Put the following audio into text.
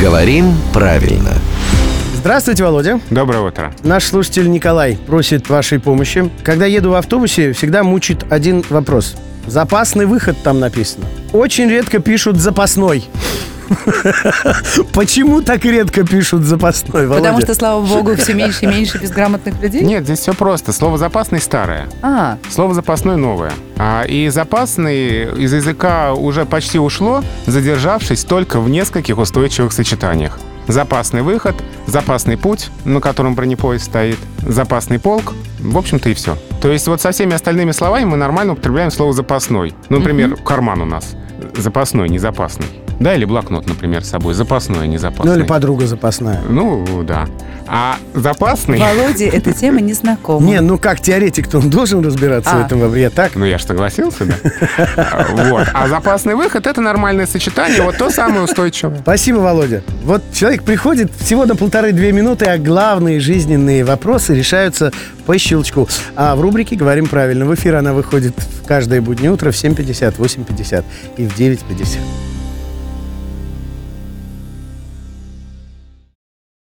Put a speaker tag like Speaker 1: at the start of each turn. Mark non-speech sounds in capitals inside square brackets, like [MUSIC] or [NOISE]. Speaker 1: Говорим правильно.
Speaker 2: Здравствуйте, Володя.
Speaker 3: Доброе утро.
Speaker 2: Наш слушатель Николай просит вашей помощи. Когда еду в автобусе, всегда мучит один вопрос. Запасный выход там написано. Очень редко пишут запасной. [LAUGHS] Почему так редко пишут запасной, Володя?
Speaker 4: Потому что, слава богу, все меньше и меньше безграмотных людей.
Speaker 3: Нет, здесь все просто. Слово «запасный» старое,
Speaker 4: А,
Speaker 3: слово «запасной» новое. А, и «запасный» из языка уже почти ушло, задержавшись только в нескольких устойчивых сочетаниях. Запасный выход, запасный путь, на котором бронепоезд стоит, запасный полк, в общем-то и все. То есть вот со всеми остальными словами мы нормально употребляем слово «запасной». Ну, например, карман у нас запасной, не запасный. Да, или блокнот, например, с собой. Запасной, а не запасный.
Speaker 2: Ну или подруга запасная.
Speaker 3: Ну, да. А запасный...
Speaker 4: Володе эта тема не знакома.
Speaker 2: Не, ну как теоретик-то он должен разбираться
Speaker 4: А.
Speaker 2: в этом. во- Я так?
Speaker 3: Ну, я же согласился, да? Вот. А запасный выход — это нормальное сочетание, вот то самое устойчивое.
Speaker 2: Спасибо, Володя. Вот человек приходит всего на полторы-две минуты, а главные жизненные вопросы решаются по щелчку. А в рубрике «Говорим правильно» в эфир она выходит в каждое буднее утро в 7.50, 8.50 и в 9.50.